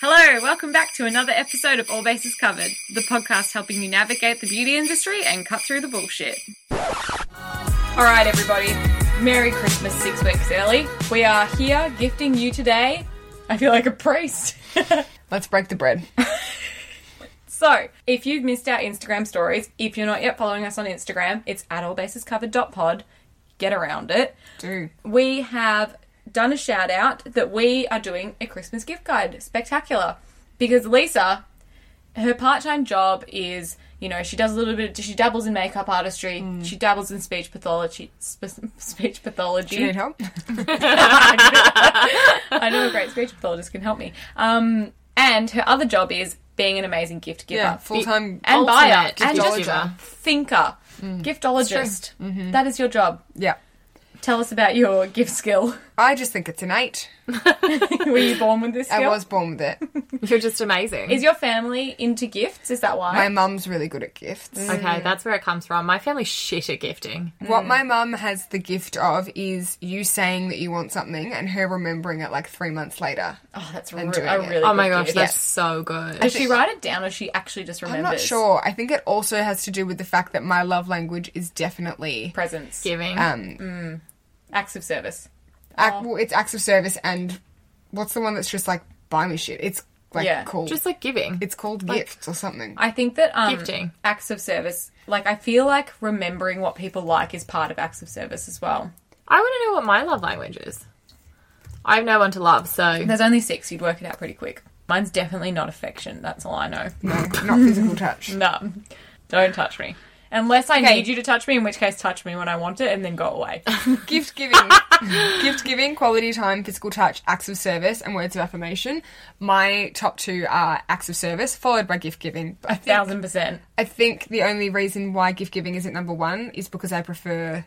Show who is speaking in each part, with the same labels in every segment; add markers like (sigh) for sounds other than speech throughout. Speaker 1: Hello, welcome back to another episode of All Bases Covered, the podcast helping you navigate the beauty industry and cut through the bullshit. All right, everybody, Merry Christmas six weeks early. We are here gifting you today. I feel like a priest. (laughs)
Speaker 2: Let's break the bread.
Speaker 1: So, if you've missed our Instagram stories, if you're not yet following us on Instagram, it's at allbasescovered.pod. Get around it.
Speaker 2: Do.
Speaker 1: We have done a shout out that we are doing a Christmas gift guide. Spectacular. Because Lisa, her part time job is, you know, she does a little bit, she dabbles in makeup artistry,
Speaker 2: Mm.
Speaker 1: she dabbles in speech pathology. Sp- speech pathology.
Speaker 2: Do you need
Speaker 1: (laughs)
Speaker 2: help?
Speaker 1: I know a great speech pathologist can help me. Um, and her other job is being an amazing gift giver,
Speaker 2: Yeah, full-time
Speaker 1: and buyer,
Speaker 3: alternate
Speaker 1: and
Speaker 3: gift
Speaker 1: just
Speaker 3: giver.
Speaker 1: thinker,
Speaker 2: Mm.
Speaker 1: giftologist.
Speaker 2: Mm-hmm.
Speaker 1: That is your job.
Speaker 2: yeah.
Speaker 1: Tell us about your gift skill.
Speaker 2: I just think it's innate.
Speaker 1: Were you born with this skill?
Speaker 2: I was born with it.
Speaker 3: You're just amazing.
Speaker 1: Is your family into gifts? Is that why?
Speaker 2: My mum's really good at gifts.
Speaker 3: okay, that's where it comes from. My family's shit at gifting.
Speaker 2: What my mum has the gift of is you saying that you want something and her remembering it like three months later.
Speaker 1: oh, that's
Speaker 2: And
Speaker 1: rude.
Speaker 2: doing
Speaker 1: I
Speaker 2: it.
Speaker 1: really.
Speaker 3: Oh
Speaker 1: good
Speaker 3: my gosh,
Speaker 1: gift.
Speaker 3: that's so good.
Speaker 1: Does she write it down, or she actually just
Speaker 2: I'm
Speaker 1: remembers?
Speaker 2: not sure. I think it also has to do with the fact that my love language is definitely
Speaker 1: Presents,
Speaker 3: Giving.
Speaker 2: um
Speaker 1: acts of service.
Speaker 2: ac- well, it's acts of service and what's the one that's just like buy me shit. It's like
Speaker 1: Yeah.
Speaker 2: called
Speaker 3: just like giving.
Speaker 2: it's called gifts or something.
Speaker 1: I think that um,
Speaker 3: Gifting.
Speaker 1: acts of service. Like I feel like remembering what people like is part of acts of service as well.
Speaker 3: I want to know what my love language is. I have no one to
Speaker 1: (laughs)
Speaker 3: love, so
Speaker 1: There's only six. You'd work it out pretty quick. Mine's definitely not affection. That's all I know. (laughs)
Speaker 2: no, not physical touch.
Speaker 1: No, don't touch me. Unless I
Speaker 2: Okay.
Speaker 1: need you to touch me, in which case, touch me when I want it, and then go
Speaker 2: (laughs)
Speaker 1: away. (laughs)
Speaker 2: gift giving, gift giving, quality time, physical touch, acts of service, and words of affirmation. My top two are acts of service, followed by gift giving. But I think,
Speaker 1: Thousand percent.
Speaker 2: I think the only reason why gift giving isn't number one is because I prefer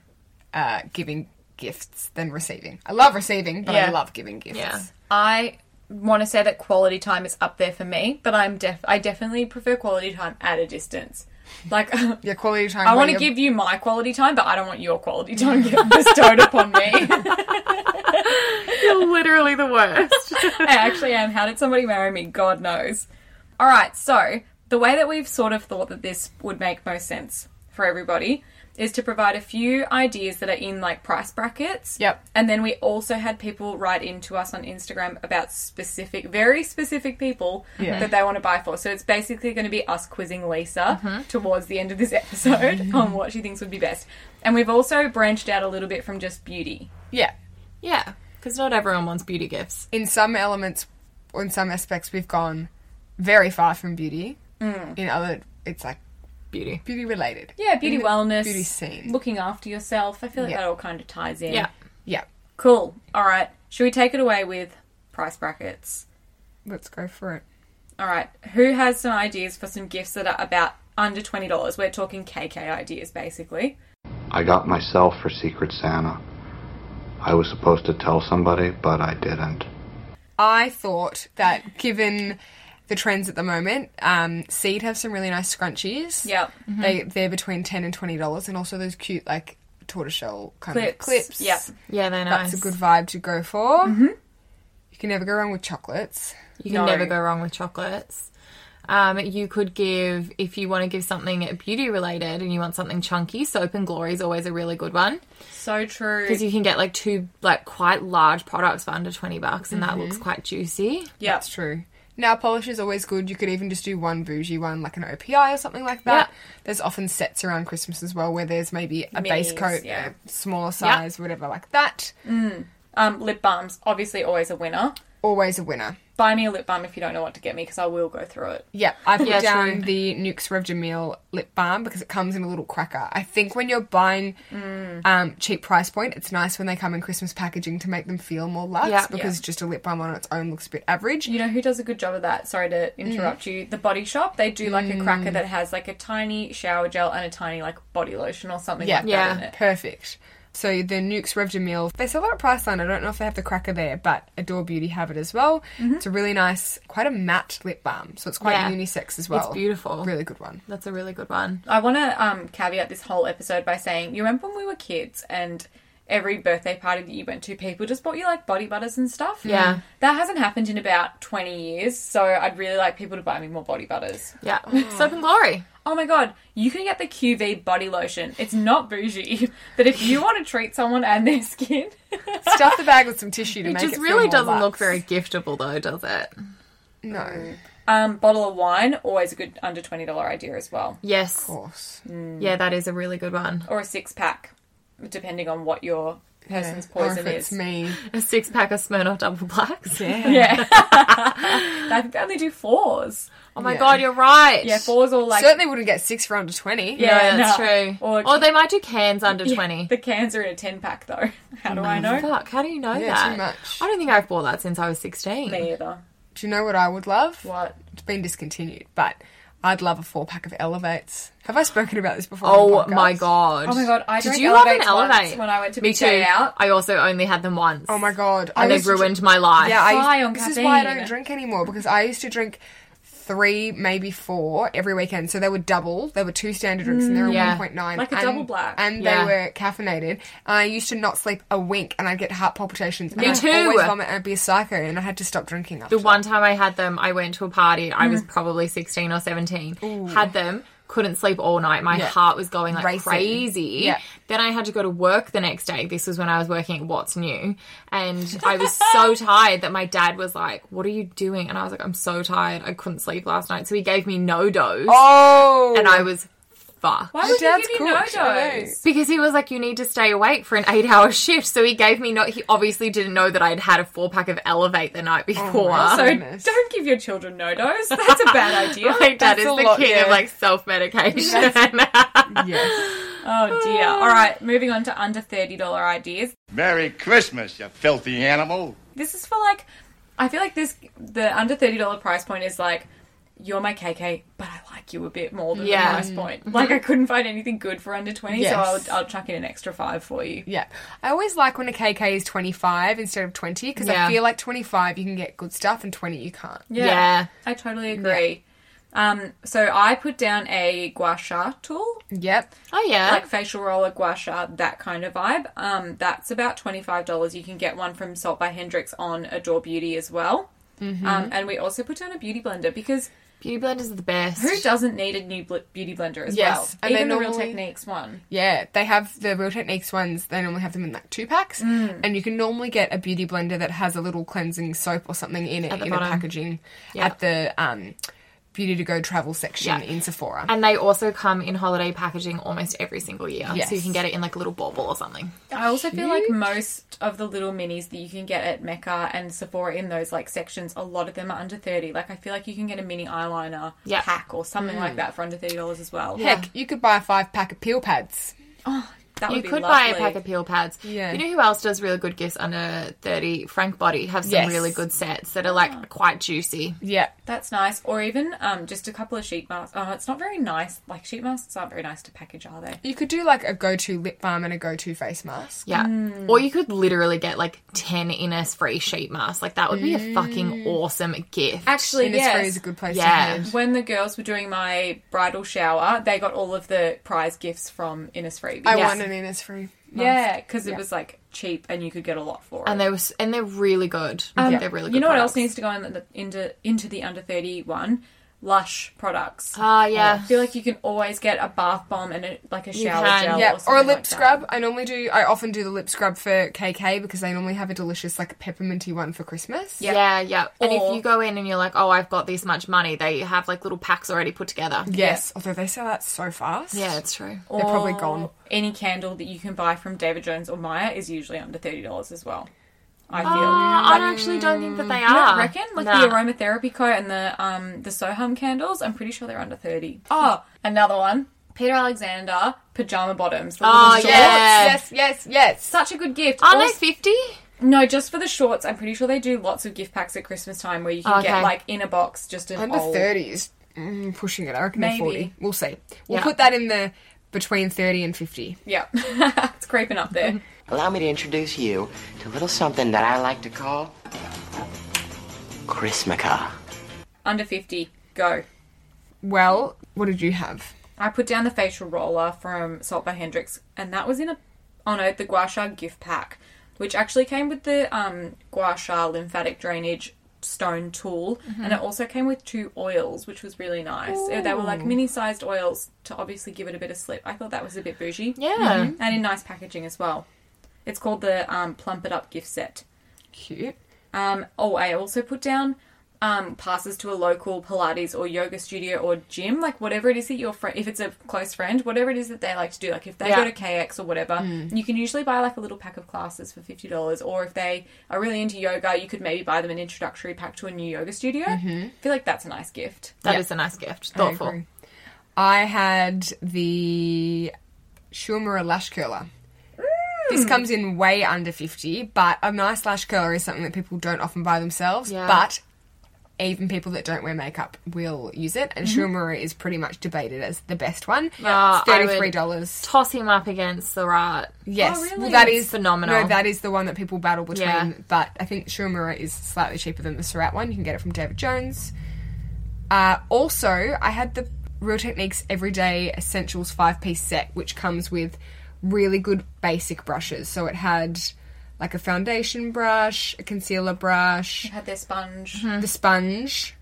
Speaker 2: uh, giving gifts than receiving. I love receiving, but
Speaker 1: Yeah.
Speaker 2: I love giving gifts.
Speaker 3: yeah.
Speaker 1: I want to say that quality time is up there for me, but I'm def- I definitely prefer quality time at a distance. Like (laughs)
Speaker 2: Yeah, quality time.
Speaker 1: I
Speaker 2: where
Speaker 1: want to
Speaker 2: you're-
Speaker 1: give you my quality time, but I don't want your quality time (laughs) get bestowed upon me. I
Speaker 3: You're literally the worst.
Speaker 1: (laughs) actually am. How did somebody marry me? God knows. All right, so the way that we've sort of thought that this would make most sense for everybody is to provide a few ideas that are in like price brackets.
Speaker 2: Yep.
Speaker 1: And then we also had people write in to us on Instagram about specific, very specific people
Speaker 2: Yeah.
Speaker 1: that they want to buy for. So it's basically going to be us quizzing Lisa
Speaker 2: Mm-hmm.
Speaker 1: towards the end of this
Speaker 2: (laughs)
Speaker 1: episode on what she thinks would be best. And we've also branched out a little bit from just beauty.
Speaker 2: Yeah,
Speaker 3: (laughs) yeah, because not everyone wants beauty gifts.
Speaker 2: in some elements, or in some aspects, we've gone very far from beauty. In other, it's like
Speaker 3: Beauty.
Speaker 2: beauty related.
Speaker 1: Mm. Yeah, beauty
Speaker 2: In the
Speaker 1: wellness,
Speaker 2: beauty scene.
Speaker 1: looking after yourself. I feel like
Speaker 2: Yeah.
Speaker 1: that all kind of ties in.
Speaker 3: Yeah.
Speaker 2: Yeah,
Speaker 1: Cool. All right. Should we take it away with price brackets?
Speaker 2: let's go for it.
Speaker 1: All right. Who has some ideas for some gifts that are about under $20? We're talking KK ideas, basically.
Speaker 4: I got myself for Secret Santa. I was supposed to tell somebody, but I didn't.
Speaker 2: I thought that given the trends at the moment, um, Seed have some really nice scrunchies.
Speaker 1: Yep. Mm-hmm.
Speaker 2: They they're between ten and twenty dollars, and also those cute like tortoiseshell kind of clips.
Speaker 1: Yep.
Speaker 3: Yeah, they're nice.
Speaker 2: That's a good vibe to go for. Mm-hmm. You can never go wrong with chocolates.
Speaker 3: You
Speaker 1: No.
Speaker 3: can never go wrong with chocolates. Um, you could give if you want to give something beauty related and you want something chunky. Soap and Glory is always a really good one
Speaker 1: So true.
Speaker 3: because you can get like two like quite large products for under twenty bucks, and that looks quite juicy.
Speaker 1: Yep.
Speaker 2: That's true. Nail polish is always good. You could even just do one bougie one, like an OPI or something like that.
Speaker 3: Yeah.
Speaker 2: There's often sets around Christmas as well where there's maybe a base
Speaker 1: Minis,
Speaker 2: coat,
Speaker 1: yeah.
Speaker 2: a smaller size, whatever like that.
Speaker 1: Um, lip balms, obviously always a winner.
Speaker 2: Always a winner.
Speaker 1: Buy me a lip balm if you don't know what to get me because I will go through it.
Speaker 2: Yeah, I put
Speaker 3: Yeah,
Speaker 2: down
Speaker 3: true.
Speaker 2: the Nuke's Rev Jamil lip balm because it comes in a little cracker. I think when you're buying
Speaker 3: Mm.
Speaker 2: um, cheap price point, it's nice when they come in Christmas packaging to make them feel more luxe
Speaker 3: Yeah.
Speaker 2: because just a lip balm on its own looks a bit average.
Speaker 1: You know who does a good job of that? Sorry to interrupt you. The Body Shop, they do like a cracker that has like a tiny shower gel and a tiny like body lotion or something
Speaker 2: Yeah.
Speaker 1: like
Speaker 3: Yeah.
Speaker 1: that in it.
Speaker 2: Perfect. So the Nuke's Rev Jamil, they sell it at Priceline. I don't know if they have the cracker there, but Adore Beauty have it as well. It's a really nice, quite a matte lip balm, so it's quite
Speaker 3: Mm-hmm. Yeah.
Speaker 2: unisex as well.
Speaker 3: beautiful.
Speaker 2: Really good one.
Speaker 3: That's a really good one.
Speaker 1: I want to um, caveat this whole episode by saying, you remember when we were kids and every birthday party that you went to, people just bought you like body butters and stuff.
Speaker 3: Yeah.
Speaker 1: That hasn't happened in about 20 years, so I'd really like people to buy me more body butters.
Speaker 3: Yeah. (laughs) Soap and glory.
Speaker 1: Oh my god, you can get the QV body lotion. It's not bougie, (laughs) but if
Speaker 2: (laughs)
Speaker 1: you want to treat someone and their skin, (laughs)
Speaker 2: Stuff the bag with some tissue to
Speaker 3: It
Speaker 2: make
Speaker 3: just
Speaker 2: it feel
Speaker 3: really
Speaker 2: more
Speaker 3: doesn't
Speaker 2: luxe.
Speaker 3: look very giftable though, does it?
Speaker 2: No,
Speaker 1: um, bottle of wine, always a good under $20 idea as well.
Speaker 3: Yes.
Speaker 2: of course.
Speaker 3: Yeah, that is a really good one.
Speaker 1: Or a six pack, depending on what your person's poison
Speaker 2: or if it's
Speaker 1: is.
Speaker 2: me.
Speaker 3: A six pack of Smirnoff double blacks.
Speaker 2: Yeah.
Speaker 1: Yeah. I think (laughs) they only do fours.
Speaker 3: (laughs) Oh my
Speaker 2: Yeah.
Speaker 3: god, you're right.
Speaker 1: Yeah, fours or like.
Speaker 2: Certainly wouldn't get six for under twenty.
Speaker 1: Yeah.
Speaker 3: Yeah, that's
Speaker 1: no.
Speaker 3: true. Or,
Speaker 1: Or-
Speaker 3: they might do cans under
Speaker 1: Yeah,
Speaker 3: twenty.
Speaker 1: The cans are in a 10 pack though. (laughs) How do I know?
Speaker 3: Fuck, how do you know
Speaker 2: Yeah,
Speaker 3: that?
Speaker 2: too much.
Speaker 3: I don't think I've bought that since I was sixteen.
Speaker 1: Me either.
Speaker 2: Do you know what I would love?
Speaker 1: What?
Speaker 2: It's been discontinued, but I'd love a four pack of Elevates. Have I spoken about this before? on the
Speaker 3: Oh
Speaker 2: podcast?
Speaker 3: my god.
Speaker 1: Oh my god, I
Speaker 3: Did
Speaker 1: drank
Speaker 3: you have an
Speaker 1: Elevates once
Speaker 3: elevate
Speaker 1: when I went to
Speaker 3: Me
Speaker 1: Big Day
Speaker 3: too.
Speaker 1: Out.
Speaker 3: I also only had them once.
Speaker 2: Oh my god!
Speaker 3: And they've
Speaker 2: used to dr-
Speaker 3: ruined my life.
Speaker 2: Yeah,
Speaker 1: High
Speaker 2: I,
Speaker 1: on
Speaker 2: this is why I
Speaker 1: caffeine.
Speaker 2: don't drink anymore because I used to drink three, maybe four every weekend. So they were double. They were two standard drinks and they were
Speaker 3: Mm, yeah.
Speaker 2: 1.9.
Speaker 1: Like a
Speaker 2: and,
Speaker 1: double black.
Speaker 2: And
Speaker 3: Yeah.
Speaker 2: they were caffeinated. I used to not sleep a wink and I'd get heart palpitations. and
Speaker 3: Me
Speaker 2: I'd
Speaker 3: too.
Speaker 2: always vomit and I'd be a psycho and I had to Mm. stop drinking after
Speaker 3: The one time I had them, I went to a party. I was probably 16 or 17. Had them, couldn't sleep all night. My
Speaker 2: Yeah.
Speaker 3: heart was going like
Speaker 2: Racing.
Speaker 3: crazy.
Speaker 2: Yeah.
Speaker 3: Then I had to go to work the next day. This was when I was working at What's New.
Speaker 2: (laughs)
Speaker 3: And I was so tired that my dad was like, What are you doing? And I was like, I'm so tired. I couldn't sleep last night. So he gave me no dose.
Speaker 2: Oh!
Speaker 3: And I was fucked.
Speaker 1: Why would you
Speaker 2: dad's
Speaker 1: give me no
Speaker 2: cooked, I
Speaker 1: dose?
Speaker 3: Because he was like, you need to stay awake for an eight hour (laughs) shift. So he gave me no, he obviously didn't know that I'd had a four pack of Elevate the night before.
Speaker 1: So
Speaker 2: Oh Goodness.
Speaker 1: don't give your children no dose. That's a bad idea.
Speaker 3: (laughs) like that
Speaker 2: That's
Speaker 3: is
Speaker 2: a
Speaker 3: the
Speaker 2: lot,
Speaker 3: king of
Speaker 2: yeah.
Speaker 3: like self medication. (laughs)
Speaker 2: Yes.
Speaker 1: Oh dear.
Speaker 3: uh,
Speaker 1: All right, moving on to under $30 ideas.
Speaker 5: Merry Christmas, you filthy animal.
Speaker 1: This is for like I feel like this the under $30 price point is like you're my KK, but I like you a bit more than
Speaker 3: Yeah.
Speaker 1: the price point. Like I couldn't find anything good for under 20, so I'll,
Speaker 2: Yes.
Speaker 1: I'll chuck in an extra 5 for you.
Speaker 2: Yeah. I always like when a KK is 25 instead of 20 because
Speaker 3: Yeah.
Speaker 2: I feel like 25 you can get good stuff and 20 you can't.
Speaker 1: Yeah.
Speaker 3: Yeah.
Speaker 1: I totally agree. Um, so I put down a gua sha tool,
Speaker 2: Yep.
Speaker 3: oh yeah,
Speaker 1: like facial roller gua sha, that kind of vibe. Um, that's about $25. You can get one from Salt by Hendrix on Adore Beauty as well. Um, and we also put down a beauty blender because
Speaker 3: beauty blenders are the best.
Speaker 1: who doesn't need a new bl- beauty blender as
Speaker 2: Yes,
Speaker 1: well?
Speaker 2: and
Speaker 1: Even
Speaker 2: they're
Speaker 1: the Real
Speaker 2: normally-
Speaker 1: Techniques one.
Speaker 2: Yeah, they have the Real Techniques ones. They normally have them in like two packs,
Speaker 3: Mm.
Speaker 2: and you can normally get a beauty blender that has a little cleansing soap or something in it
Speaker 3: At the
Speaker 2: in
Speaker 3: bottom.
Speaker 2: a packaging
Speaker 3: Yeah.
Speaker 2: at the um, beauty to go travel section
Speaker 3: Yeah.
Speaker 2: in Sephora.
Speaker 3: and they also come in holiday packaging almost every single year,
Speaker 2: Yes.
Speaker 3: so you can get it in like a little bauble or something.
Speaker 1: I also feel like most of the little minis that you can get at Mecca and Sephora in those like sections, a lot of them are under thirty. Like I feel like you can get a mini eyeliner
Speaker 3: Yeah.
Speaker 1: pack or something like that for under thirty dollars as well.
Speaker 2: Heck, you could buy a five pack of peel pads.
Speaker 1: that
Speaker 3: You
Speaker 1: would be
Speaker 3: could
Speaker 1: lovely.
Speaker 3: buy a pack of peel pads.
Speaker 2: Yeah.
Speaker 3: You know who else does really good gifts under thirty? Frank Body have some
Speaker 2: Yes.
Speaker 3: really good sets that are like quite juicy.
Speaker 2: Yeah,
Speaker 1: That's nice, or even um, just a couple of sheet masks. Oh, it's not very nice. Like sheet masks aren't very nice to package, are they?
Speaker 2: you could do like a go to lip balm and a go to face mask.
Speaker 3: Yeah.
Speaker 1: Mm.
Speaker 3: Or you could literally get like 10 Innis free sheet masks. Like that would be a
Speaker 1: Mm.
Speaker 3: fucking awesome gift.
Speaker 1: Actually,
Speaker 2: Innisfree is a good place
Speaker 3: Yeah.
Speaker 2: to head.
Speaker 1: When the girls were doing my bridal shower, they got all of the prize gifts from Innisfree.
Speaker 2: I
Speaker 3: Yeah.
Speaker 2: want an Innisfree. mask.
Speaker 1: Yeah, because it was like cheap and you could get a lot for it.
Speaker 3: and they were s- and they're really good.
Speaker 1: Um,
Speaker 3: They're really good.
Speaker 1: You know what
Speaker 3: products.
Speaker 1: else needs to go in the, into into the under thirty one? Lush products.
Speaker 3: Ah, yeah.
Speaker 1: I feel like you can always get a bath bomb and a, like a shower
Speaker 3: can.
Speaker 1: gel,
Speaker 2: Yeah,
Speaker 1: or,
Speaker 2: or,
Speaker 1: something
Speaker 2: a lip
Speaker 1: like that.
Speaker 2: scrub. I normally do. I often do the lip scrub for KK because they normally have a delicious, like, pepperminty one for Christmas.
Speaker 3: Yeah, yeah. and if
Speaker 1: Or-
Speaker 3: you go in and you're like, oh, I've got this much money, they have like little packs already put together.
Speaker 2: Yes, although they sell that so fast.
Speaker 3: Yeah, it's true.
Speaker 1: Or
Speaker 2: They're probably gone.
Speaker 1: Um, Any candle that you can buy from David Jones or Maya is usually under thirty dollars as well. I feel.
Speaker 3: I don't actually don't think that they
Speaker 1: I
Speaker 3: are.
Speaker 1: don't reckon like
Speaker 3: Ah, Nah.
Speaker 1: the aromatherapy co and the um the Soham candles. I'm pretty sure they're under thirty. Oh, another one. Peter Alexander pajama bottoms. the
Speaker 3: Oh,
Speaker 1: little shorts.
Speaker 3: yeah.
Speaker 2: Yes, yes, yes.
Speaker 1: Such a good gift.
Speaker 3: Aren't
Speaker 1: Also-
Speaker 3: they 50?
Speaker 1: No, just for the shorts. I'm pretty sure they do lots of gift packs at Christmas time where you can
Speaker 3: Okay.
Speaker 1: get like in a box just an
Speaker 2: Under
Speaker 1: old-
Speaker 2: thirties, mm, pushing it. I reckon
Speaker 1: Oh. Maybe.
Speaker 2: they're forty. We'll see. We'll
Speaker 3: Yeah.
Speaker 2: put that in the between thirty and fifty.
Speaker 1: Yeah, (laughs) it's creeping up there.
Speaker 6: Allow me to introduce you to a little something that I like to call Chrismica.
Speaker 1: Under fifty, go.
Speaker 2: Well, what did you have?
Speaker 1: I put down the facial roller from Salt by Hendrix, and that was in a Oh no, the Gua Sha gift pack, which actually came with the um, Gua Sha lymphatic drainage stone tool, and it also came with two oils, which was really nice. Uh, They were like mini sized oils to obviously give it a bit of slip. I thought that was a bit bougie.
Speaker 3: Yeah.
Speaker 1: And in nice packaging as well. It's called the um, Plump It Up gift set.
Speaker 2: Cute.
Speaker 1: Um, oh, I also put down um, passes to a local Pilates or yoga studio or gym, like whatever it is that your friend, if it's a close friend, whatever it is that they like to do, like if they
Speaker 3: Yeah.
Speaker 1: go to KX or whatever, you can usually buy like a little pack of classes for fifty dollars. Or if they are really into yoga, you could maybe buy them an introductory pack to a new yoga studio. I feel like that's a nice gift.
Speaker 3: That is a nice gift.
Speaker 2: I
Speaker 3: Thoughtful.
Speaker 2: agree. I had the Shumura lash curler.
Speaker 3: Mm.
Speaker 2: This comes in way under 50, but a nice lash curler is something that people don't often buy themselves,
Speaker 3: Yeah.
Speaker 2: but even people that don't wear makeup will use it, and Shumura is pretty much debated as the best one.
Speaker 3: Mm-hmm. Yeah.
Speaker 2: It's
Speaker 3: Uh, I would-
Speaker 2: $33.
Speaker 3: Toss him up against the rat.
Speaker 2: Yes.
Speaker 1: Oh, really?
Speaker 2: Well, that
Speaker 3: It's
Speaker 2: is
Speaker 3: phenomenal.
Speaker 2: No, that is the one that people battle between,
Speaker 3: Yeah.
Speaker 2: but I think Shumura is slightly cheaper than the Surat one. You can get it from David Jones. Uh, also, I had the Real Techniques Everyday Essentials five piece set, which comes with really good basic brushes. So it had like a foundation brush, a concealer brush,
Speaker 1: Had their sponge.
Speaker 2: the sponge,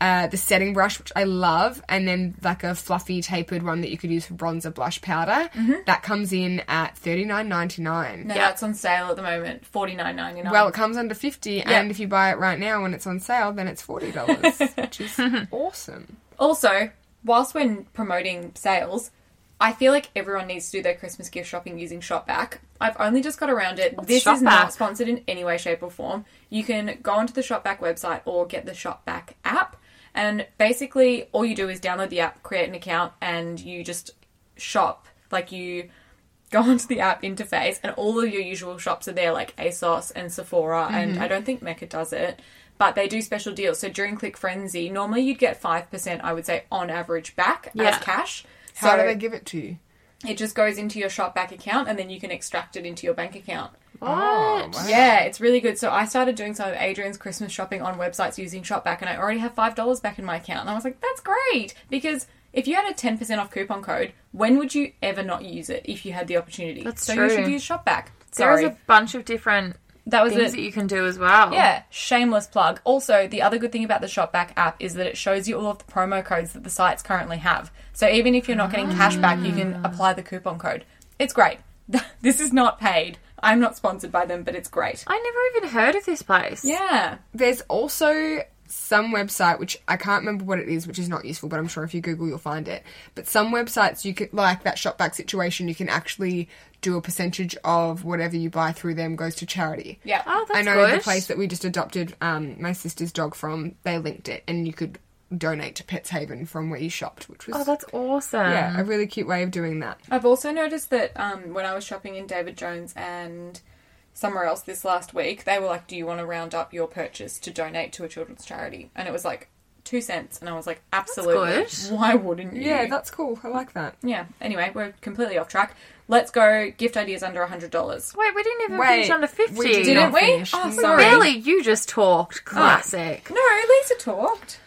Speaker 2: uh, the setting brush, which I love, and then like a fluffy tapered one that you could use for bronzer blush powder. That comes in at thirty nine ninety nine.
Speaker 1: No, that's on sale at the moment, forty nine ninety nine.
Speaker 2: Well, it comes under fifty, and if you buy it right now when it's on sale, then it's forty (laughs) dollars, which is awesome.
Speaker 1: Also, whilst we're promoting sales, I feel like everyone needs to do their Christmas gift shopping using ShopBack. I've only just got around it. this is
Speaker 3: ShopBack?
Speaker 1: not sponsored in any way, shape, or form. You can go onto the ShopBack website or get the ShopBack app. And basically, all you do is download the app, create an account, and you just shop. Like, you go (laughs) onto the app interface, and all of your usual shops are there, like ASOS and Sephora. And I don't think Mecca does it, but they do special deals. So during Click Frenzy, normally you'd get 5%, I would say, on average back
Speaker 3: Yeah.
Speaker 1: as cash.
Speaker 2: How
Speaker 1: so
Speaker 2: do they give it to you?
Speaker 1: it just goes into your shop back account and then you can extract it into your bank account.
Speaker 3: What?
Speaker 1: Yeah, it's really good. So I started doing some of Adrian's Christmas shopping on websites using Shopback, and I already have five dollars back in my account. And I was like, that's great because if you had a ten percent off coupon code, when would you ever not use it if you had the opportunity?
Speaker 3: That's
Speaker 1: so
Speaker 3: true.
Speaker 1: you should use Shopback.
Speaker 3: There's
Speaker 1: Sorry,
Speaker 3: a bunch of different
Speaker 1: that was
Speaker 3: things
Speaker 1: it.
Speaker 3: that you can do as well.
Speaker 1: Yeah, shameless plug. Also, the other good thing about the Shopback app is that it shows you all of the promo codes that the sites currently have. So even if you're not getting cash back, you
Speaker 2: Ah.
Speaker 1: can apply the coupon code. It's great. (laughs) this is not paid. I'm not sponsored by them, but it's great.
Speaker 3: I never even heard of this place.
Speaker 1: Yeah.
Speaker 2: There's also some website which I can't remember what it is, which is not useful, but I'm sure if you Google you'll find it. But some websites you could like that shop back situation, you can actually do a percentage of whatever you buy through them goes to charity.
Speaker 1: Yeah.
Speaker 3: Oh, that's
Speaker 2: I know
Speaker 3: good.
Speaker 2: the place that we just adopted um, my sister's dog from. They linked it, and you could donate to Pets Haven from where you shopped, which was
Speaker 3: Oh, that's awesome.
Speaker 2: yeah a really cute way of doing that.
Speaker 1: I've also noticed that um, when I was shopping in David Jones and somewhere else this last week, they were like, "Do you want to round up your purchase to donate to a children's charity?" And it was like two cents, and I was like, "Absolutely,
Speaker 3: good.
Speaker 1: why wouldn't you?"
Speaker 2: Yeah, that's cool. I like that.
Speaker 1: yeah. Anyway, we're completely off track. Let's go. Gift ideas under hundred dollars.
Speaker 3: Wait, we didn't even
Speaker 2: Wait,
Speaker 3: finish Oh, under
Speaker 2: we
Speaker 3: 50.
Speaker 2: did
Speaker 1: Didn't
Speaker 2: not
Speaker 1: we?
Speaker 2: finish.
Speaker 1: Oh,
Speaker 2: No.
Speaker 1: sorry.
Speaker 3: Really? You just talked. Classic.
Speaker 1: No, Lisa talked.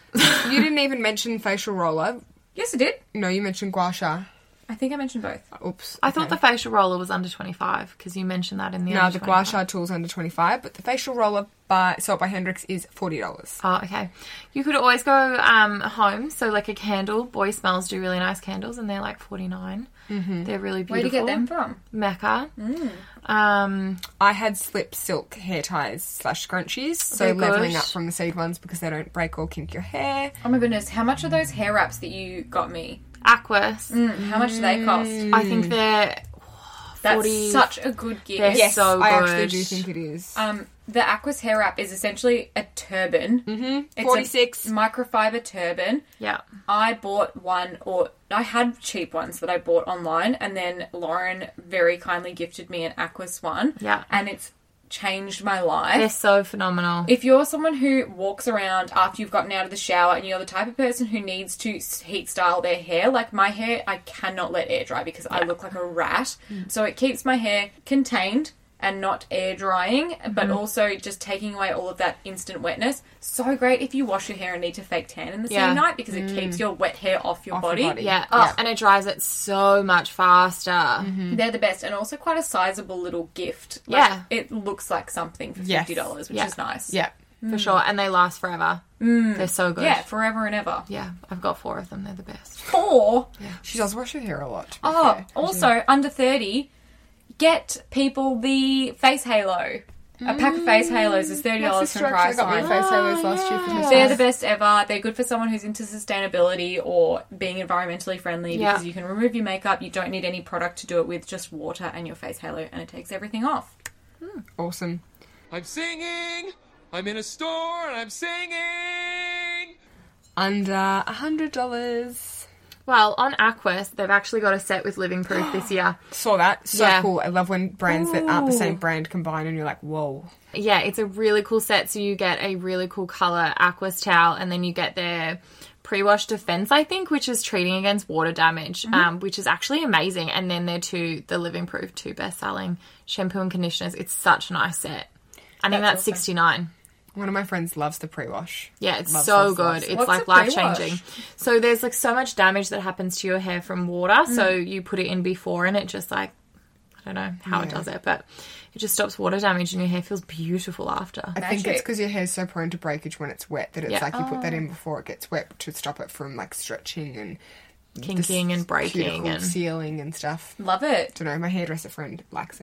Speaker 2: You didn't even mention facial roller.
Speaker 1: Yes, I did.
Speaker 2: No, you mentioned gua sha.
Speaker 1: I think I mentioned both.
Speaker 2: Oops.
Speaker 3: I thought the facial roller was under 25 because you mentioned that in the
Speaker 2: No,
Speaker 3: under
Speaker 2: the gua
Speaker 3: 25.
Speaker 2: sha tool's under twenty five, but the facial roller by Salt by Hendrix is forty dollars.
Speaker 3: Oh, okay. You could always go um, home. So, like a candle, Boy Smells do really nice candles, and they're like forty Mm-hmm. They're really beautiful.
Speaker 1: Where would you get them from?
Speaker 3: Mecca.
Speaker 2: Mm.
Speaker 3: Um,
Speaker 2: I had slip silk hair ties slash scrunchies, so
Speaker 3: They're
Speaker 2: leveling
Speaker 3: good.
Speaker 2: up from the seed ones because they don't break or kink your hair.
Speaker 1: Oh my goodness, how much are those hair wraps that you got me?
Speaker 3: Aquas.
Speaker 1: How much do they cost?
Speaker 3: I
Speaker 2: Mm.
Speaker 3: think they're
Speaker 1: That's
Speaker 3: 40
Speaker 1: such a good gift.
Speaker 3: They're
Speaker 2: Yes,
Speaker 3: so
Speaker 2: I
Speaker 3: good.
Speaker 2: actually do think it is.
Speaker 1: Um, the Aquas hair wrap is essentially a turban. Mm-hmm. It's
Speaker 2: 46.
Speaker 1: a microfiber turban.
Speaker 3: yeah.
Speaker 1: I bought one, or I had cheap ones that I bought online, and then Lauren very kindly gifted me an Aquas one.
Speaker 3: Yeah.
Speaker 1: and it's changed my life.
Speaker 3: They're so phenomenal.
Speaker 1: If you're someone who walks around after you've gotten out of the shower and you're the type of person who needs to s- heat style their hair, like my hair, I cannot let air dry because I look like a rat. So it keeps my hair contained and not air drying, but also just taking away all of that instant wetness. So great if you wash your hair and need to fake tan in the
Speaker 3: Yeah.
Speaker 1: same night because it keeps your wet hair off your
Speaker 2: Off your
Speaker 1: body.
Speaker 2: body.
Speaker 3: Yeah.
Speaker 1: Oh.
Speaker 3: Oh, and it dries it so much faster.
Speaker 1: They're the best and also quite a sizable little gift.
Speaker 3: Yeah.
Speaker 1: It looks like something for
Speaker 2: Yes.
Speaker 1: $50, which
Speaker 3: Yeah.
Speaker 1: is nice.
Speaker 2: Yeah.
Speaker 3: For sure. And they last forever. They're so good.
Speaker 1: Yeah, forever and ever.
Speaker 3: Yeah, I've got four of them. They're the best.
Speaker 1: Or
Speaker 2: She does wash her hair a lot. to be
Speaker 1: Oh,
Speaker 2: fair.
Speaker 1: also under thirty, get people the face halo. A pack of face halos is thirty
Speaker 2: My
Speaker 1: dollars
Speaker 2: sister
Speaker 1: from
Speaker 2: actually got me
Speaker 1: Priceline.
Speaker 2: face halos last year for Christmas.
Speaker 1: They're the best ever. They're good for someone who's into sustainability or being environmentally friendly
Speaker 3: Yeah.
Speaker 1: because you can remove your makeup. You don't need any product to do it with, just water and your face halo, and it takes everything off.
Speaker 2: Awesome.
Speaker 7: I'm singing. I'm in a store and I'm singing.
Speaker 2: Under a hundred dollars.
Speaker 3: Well, on Aquas, they've actually got a set with Living Proof this year.
Speaker 2: Saw that. So
Speaker 3: Yeah.
Speaker 2: cool. I love when brands that aren't the same brand combine and you're like, whoa.
Speaker 3: Yeah, it's a really cool set. So you get a really cool color Aquas towel, and then you get their pre-wash defense, I think, which is treating against water damage, um, which is actually amazing. And then their two, the Living Proof, two best-selling shampoo and conditioners. It's such a nice set. I think that's,
Speaker 1: awesome.
Speaker 3: 69.
Speaker 2: One of my friends loves the pre wash.
Speaker 3: Yeah, it's
Speaker 2: Loves,
Speaker 3: so
Speaker 2: loves,
Speaker 3: good.
Speaker 2: loves.
Speaker 3: It's
Speaker 1: What's a
Speaker 3: like life
Speaker 1: pre-wash?
Speaker 3: changing. So there's like so much damage that happens to your hair from water. So you put it in before and it just like I don't know how it does it, but it just stops water damage and your hair feels beautiful after.
Speaker 2: I think it's
Speaker 1: Magic.
Speaker 2: because your hair's so prone to breakage when it's wet that it's
Speaker 3: Yeah.
Speaker 2: like you put
Speaker 1: Oh.
Speaker 2: that in before it gets wet to stop it from like stretching and the
Speaker 3: Kinking and breaking
Speaker 2: cuticle
Speaker 3: and-
Speaker 2: sealing and stuff.
Speaker 1: Love it.
Speaker 2: don't know. My hairdresser friend likes it.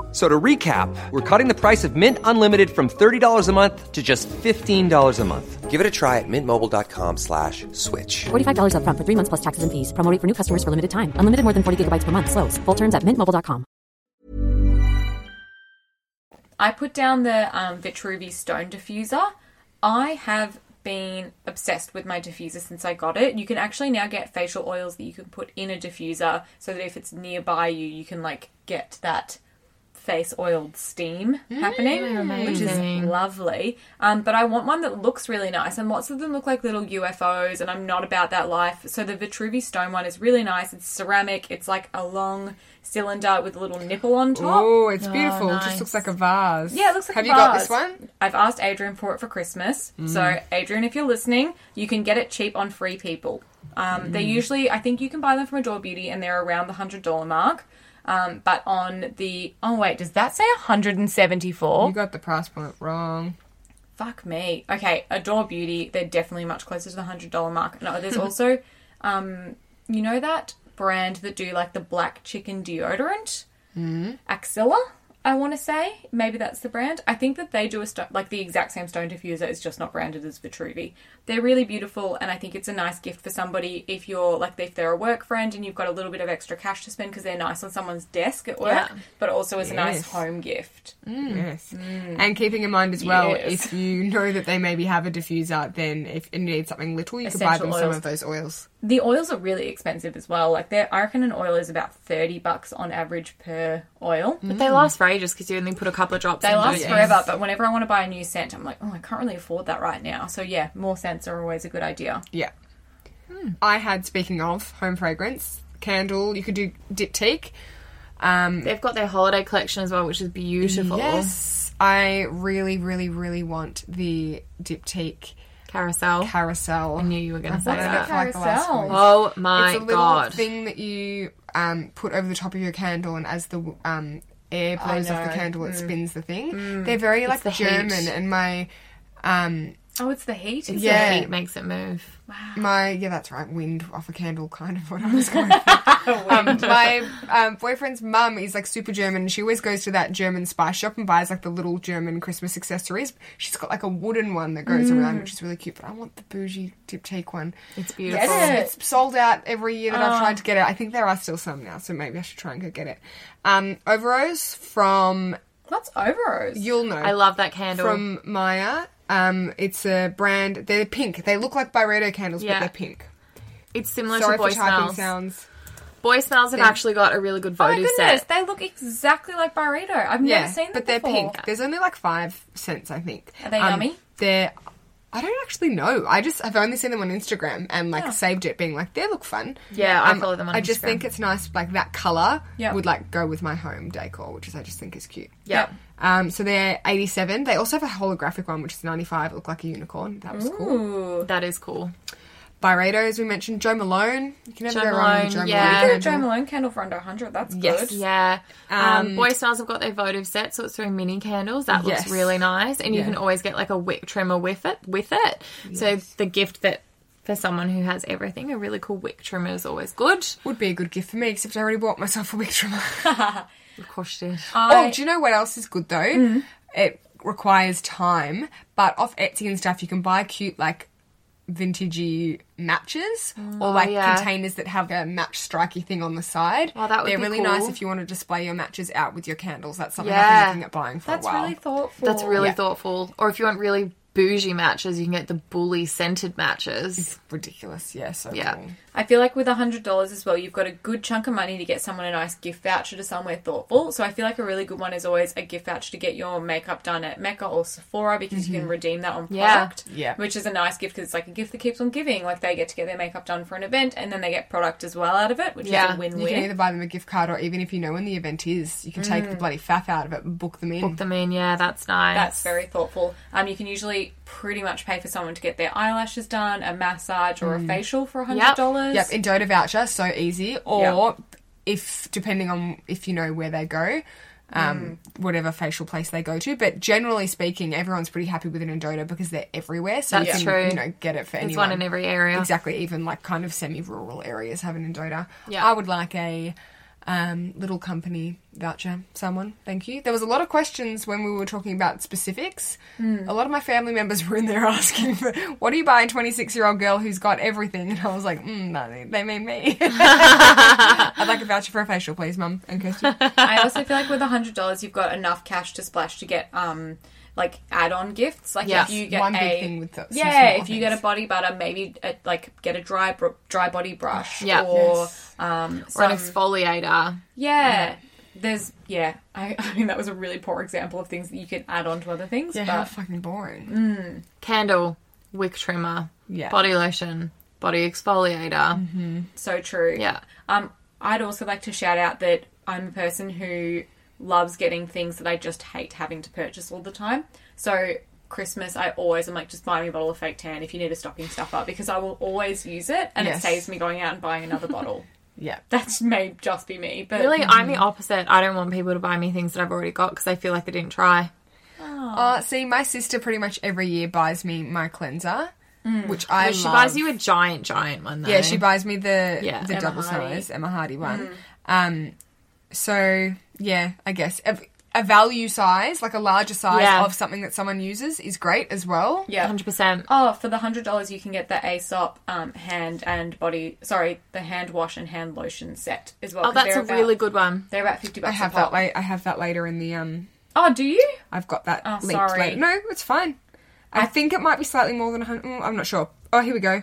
Speaker 8: So to recap, we're cutting the price of Mint Unlimited from $30 a month to just $15 a month.
Speaker 6: Give it a try at mintmobile.com slash switch.
Speaker 9: $45 upfront for three months plus taxes and fees. Promo rate for new customers for limited time. Unlimited more than 40 gigabytes per month. Slows. Full terms at mintmobile.com.
Speaker 1: I put down the um, Vitruvi Stone Diffuser. I have been obsessed with my diffuser since I got it. You can actually now get facial oils that you can put in a diffuser so that if it's nearby you, you can like get that face oiled steam happening, which is lovely. Um, but I want one that looks really nice, and lots of them look like little UFOs, and I'm not about that life. So the Vitruvi Stone one is really nice. It's ceramic. It's like a long cylinder with a little nipple on top.
Speaker 2: Oh, it's beautiful. It Just
Speaker 3: nice.
Speaker 2: looks like a vase.
Speaker 1: Yeah, it looks like
Speaker 2: Have
Speaker 1: a
Speaker 2: you got
Speaker 1: vase.
Speaker 2: this one? Mm-hmm.
Speaker 1: I've asked Adrian for it for Christmas. So, Adrian, if you're listening, you can get it cheap on Free People. Um, They
Speaker 2: Mm-hmm.
Speaker 1: usually, I think you can buy them from Adore Beauty and they're around the $100 mark. Um, but on the, oh wait, does that say
Speaker 2: You
Speaker 1: 174?
Speaker 2: got the price point wrong.
Speaker 1: Fuck me. Okay, Adore Beauty, they're definitely much closer to the $100 mark. No, there's also, um, you know that brand that do like the black chicken deodorant? Axilla, I want to say. Maybe that's the brand. I think that they do a sto- like the exact same stone diffuser. It's just not branded as Vitruvi. They're really beautiful, and I think it's a nice gift for somebody if you're like if they're a work friend and you've got a little bit of extra cash to spend because they're nice on someone's desk at work, but also as a nice
Speaker 2: Yes.
Speaker 1: home gift.
Speaker 2: Yes. And keeping in mind as well,
Speaker 1: Hmm. Yes.
Speaker 2: if you know that they maybe have a diffuser, then if you need something little, you can buy them
Speaker 1: Essential
Speaker 2: some
Speaker 1: oils.
Speaker 2: of those oils.
Speaker 1: The oils are really expensive as well. Like they're, I reckon an oil is about thirty bucks on average per oil.
Speaker 3: But they last for ages because you only put a couple of drops.
Speaker 1: They
Speaker 3: in
Speaker 1: last
Speaker 3: don't you?
Speaker 1: forever, but whenever I want to buy a new scent, I'm like, oh, I can't really afford that right now. So yeah, more scents are always a good idea.
Speaker 2: Yeah.
Speaker 1: Hmm.
Speaker 2: I had, speaking of home fragrance, candle, you could do diptyque. Um,
Speaker 3: They've got their holiday collection as well, which is beautiful.
Speaker 2: yes. I really, really, really want the diptyque
Speaker 3: Carousel.
Speaker 2: carousel.
Speaker 3: I knew you were going to say
Speaker 2: wanted
Speaker 3: that.
Speaker 2: it for like the last
Speaker 1: Carousel.
Speaker 2: one.
Speaker 3: Oh my
Speaker 2: it's a little
Speaker 3: god.
Speaker 2: thing that you um, put over the top of your candle, and as the um, air
Speaker 1: I
Speaker 2: blows off the
Speaker 1: know.
Speaker 2: candle, it spins the thing. They're very like
Speaker 3: the heat.
Speaker 2: German, and my um,
Speaker 1: Oh, it's the heat.
Speaker 3: It's
Speaker 2: Yeah.
Speaker 3: the heat makes it move.
Speaker 2: My yeah, that's right. Wind off a candle, kind of what I was going.
Speaker 3: (laughs)
Speaker 2: for. um, my um, boyfriend's mum is like super German. and She always goes to that German spice shop and buys like the little German Christmas accessories. She's got like a wooden one that goes around, which is really cute. But I want the bougie tip take one.
Speaker 3: Mm. It's beautiful. Oh.
Speaker 1: Yes.
Speaker 2: It's sold out every year that I've tried to get it. I think there are still some now, so maybe I should try and go get it. Um, Overos from
Speaker 1: What's overos?
Speaker 2: you'll know
Speaker 3: I love that candle.
Speaker 2: from Maya. Um, it's a brand. They're pink. They look like Byredo candles, but
Speaker 3: Yeah.
Speaker 2: they're pink.
Speaker 3: it's similar
Speaker 2: Sorry
Speaker 3: to boy
Speaker 2: for typing
Speaker 3: smells.
Speaker 2: sounds.
Speaker 3: Boy smells have actually got a really good
Speaker 1: oh my
Speaker 3: voodoo
Speaker 1: goodness,
Speaker 3: set.
Speaker 1: they look exactly like burrito. I've
Speaker 2: Yeah,
Speaker 1: never seen them
Speaker 2: but they're
Speaker 1: before.
Speaker 2: pink. There's only like five cents, I think. Um,
Speaker 1: Are they yummy?
Speaker 2: They're. I don't actually know. I just I've only seen them on Instagram and like
Speaker 1: Yeah.
Speaker 2: saved it, being like they look fun. Um,
Speaker 3: Yeah, I follow them on
Speaker 2: I just
Speaker 3: Instagram.
Speaker 2: think it's nice. Like that color
Speaker 1: Yeah.
Speaker 2: would like go with my home decor, which is I just think is cute.
Speaker 3: Yeah.
Speaker 2: Um, so they're 87. They also have a holographic one, which is 95. Look like a unicorn. That was cool.
Speaker 3: That is cool.
Speaker 2: Byredo, as we mentioned, Joe Malone. You can never
Speaker 3: Jo
Speaker 2: go wrong
Speaker 3: Malone,
Speaker 2: with Joe
Speaker 3: yeah.
Speaker 1: Get a
Speaker 2: Malone.
Speaker 1: Joe Malone candle for under 100. That's
Speaker 2: Yes.
Speaker 1: good.
Speaker 3: Yeah. Um, boy smells have got their votive set, so it's doing mini candles. That
Speaker 2: Yes.
Speaker 3: looks really nice, and you
Speaker 2: Yeah.
Speaker 3: can always get like a wick trimmer with it. With it, so it's the gift that for someone who has everything, a really cool wick trimmer is always good.
Speaker 2: Would be a good gift for me, except I already bought myself a wig trimmer.
Speaker 3: Of course, it is.
Speaker 2: Oh, do you know what else is good though?
Speaker 3: Mm.
Speaker 2: It requires time, but off Etsy and stuff, you can buy cute like vintagey matches or like
Speaker 3: Mm. Oh, yeah.
Speaker 2: containers that have a match strikey thing on the side.
Speaker 3: Oh, that would
Speaker 2: They're
Speaker 3: be
Speaker 2: really
Speaker 3: cool.
Speaker 2: nice if you want to display your matches out with your candles. That's something I've
Speaker 3: Yeah.
Speaker 2: been looking at buying for
Speaker 1: That's
Speaker 2: a while.
Speaker 1: really thoughtful.
Speaker 3: That's really
Speaker 2: Yeah.
Speaker 3: thoughtful. Or if you want really bougie matches, you can get the bully scented matches.
Speaker 2: Ridiculous, yeah, so
Speaker 3: Yeah.
Speaker 2: cool.
Speaker 1: I feel like with $100 as well, you've got a good chunk of money to get someone a nice gift voucher to somewhere thoughtful. So I feel like a really good one is always a gift voucher to get your makeup done at Mecca or Sephora because you can redeem that on
Speaker 3: Yeah.
Speaker 1: product.
Speaker 2: Mm-hmm. Yeah.
Speaker 1: Which is a nice gift because it's like a gift that keeps on giving. Like they get to get their makeup done for an event and then they get product as well out of it, which is
Speaker 3: Yeah.
Speaker 1: a
Speaker 3: You
Speaker 1: win
Speaker 2: You can
Speaker 1: win.
Speaker 2: either buy them a gift card or even if you know when the event is, you can take the bloody faff out of it and book them in.
Speaker 3: Mm. Book them in, yeah, that's nice.
Speaker 1: That's very thoughtful. Um, you can usually pretty much pay for someone to get their eyelashes done, a massage, or a facial for hundred dollars.
Speaker 2: Mm. Yep, in Dota voucher, so easy. Or if depending on if you know where they go, um,
Speaker 3: Mm.
Speaker 2: whatever facial place they go to. But generally speaking, everyone's pretty happy with an Endota because they're everywhere. So
Speaker 3: That's
Speaker 2: you can,
Speaker 3: true.
Speaker 2: You know, get it for
Speaker 3: There's
Speaker 2: anyone.
Speaker 3: one in every area.
Speaker 2: Exactly. Even like kind of semi-rural areas have an Endota.
Speaker 3: Yeah.
Speaker 2: I would like a. Um, little company voucher, someone, thank you. There was a lot of questions when we were talking about specifics.
Speaker 3: Hmm.
Speaker 2: A lot of my family members (laughs) were in there asking, for, "What do you buy a 26 year old girl who's got everything?" And I was like, mm, "No, they, they mean
Speaker 3: (laughs)
Speaker 2: me." I'd like a voucher for a facial, please, Mum and Kirsty.
Speaker 1: I also feel like with hundred dollars, you've got enough cash to splash to get um like add-on gifts. Like
Speaker 3: Yeah.
Speaker 1: if you get
Speaker 2: One
Speaker 1: a
Speaker 2: big thing with the- some
Speaker 1: yeah, if
Speaker 2: small
Speaker 1: you get a
Speaker 2: things.
Speaker 1: body butter, maybe uh like get a dry br- dry body brush
Speaker 3: Yeah.
Speaker 1: or
Speaker 2: Yes.
Speaker 1: um
Speaker 3: Or
Speaker 1: some,
Speaker 3: an exfoliator.
Speaker 1: yeah. There's yeah, I, (laughs) I mean that was a really poor example of things that you can add on to other things.
Speaker 2: Yeah, how
Speaker 1: but
Speaker 2: fucking boring.
Speaker 3: Mm. Candle, wick trimmer,
Speaker 2: Yeah. Mm-hmm.
Speaker 3: body lotion, body exfoliator.
Speaker 1: so true.
Speaker 3: Yeah.
Speaker 1: Um, I'd also like to shout out that I'm a person who loves getting things that I just hate having to purchase all the time. So Christmas, I always am like, just buy me a bottle of fake tan if you need a stocking stuffer because I will always use it and
Speaker 2: Yes.
Speaker 1: it saves me going out and buying
Speaker 3: (laughs)
Speaker 1: another bottle.
Speaker 2: Yeah,
Speaker 1: That's may just be me, but
Speaker 3: Really, I'm the opposite. I don't want people to buy me things that I've already got because I feel like they didn't try.
Speaker 2: Uh, see, my sister pretty much every year buys me my cleanser, which I
Speaker 3: Hmm. she
Speaker 2: love.
Speaker 3: buys you a giant, giant one though.
Speaker 2: yeah, she buys me the
Speaker 3: Yeah.
Speaker 2: the
Speaker 3: Emma
Speaker 2: double
Speaker 1: Hardy. Mm.
Speaker 2: size Emma Hardy one. Um, so yeah, I guess a, a value size, like a larger size
Speaker 3: Yeah.
Speaker 2: of something that someone uses, is great as well.
Speaker 1: yeah.
Speaker 3: 100%.
Speaker 1: Oh, for the hundred dollars, you can get the Aesop um, hand and body. Sorry, the hand wash and hand lotion set as well.
Speaker 3: Oh,
Speaker 1: 'cause
Speaker 3: that's
Speaker 1: they're
Speaker 3: a
Speaker 1: about-
Speaker 3: really good one.
Speaker 1: They're about fifty
Speaker 2: I
Speaker 1: bucks.
Speaker 2: have
Speaker 1: a pop.
Speaker 2: that. La- I have that later in the um.
Speaker 1: Oh, do you?
Speaker 2: I've got that
Speaker 1: Oh,
Speaker 2: linked
Speaker 1: sorry.
Speaker 2: later. No, it's fine. I, think it might be slightly more than a hundred. I'm not sure. Oh, here we go.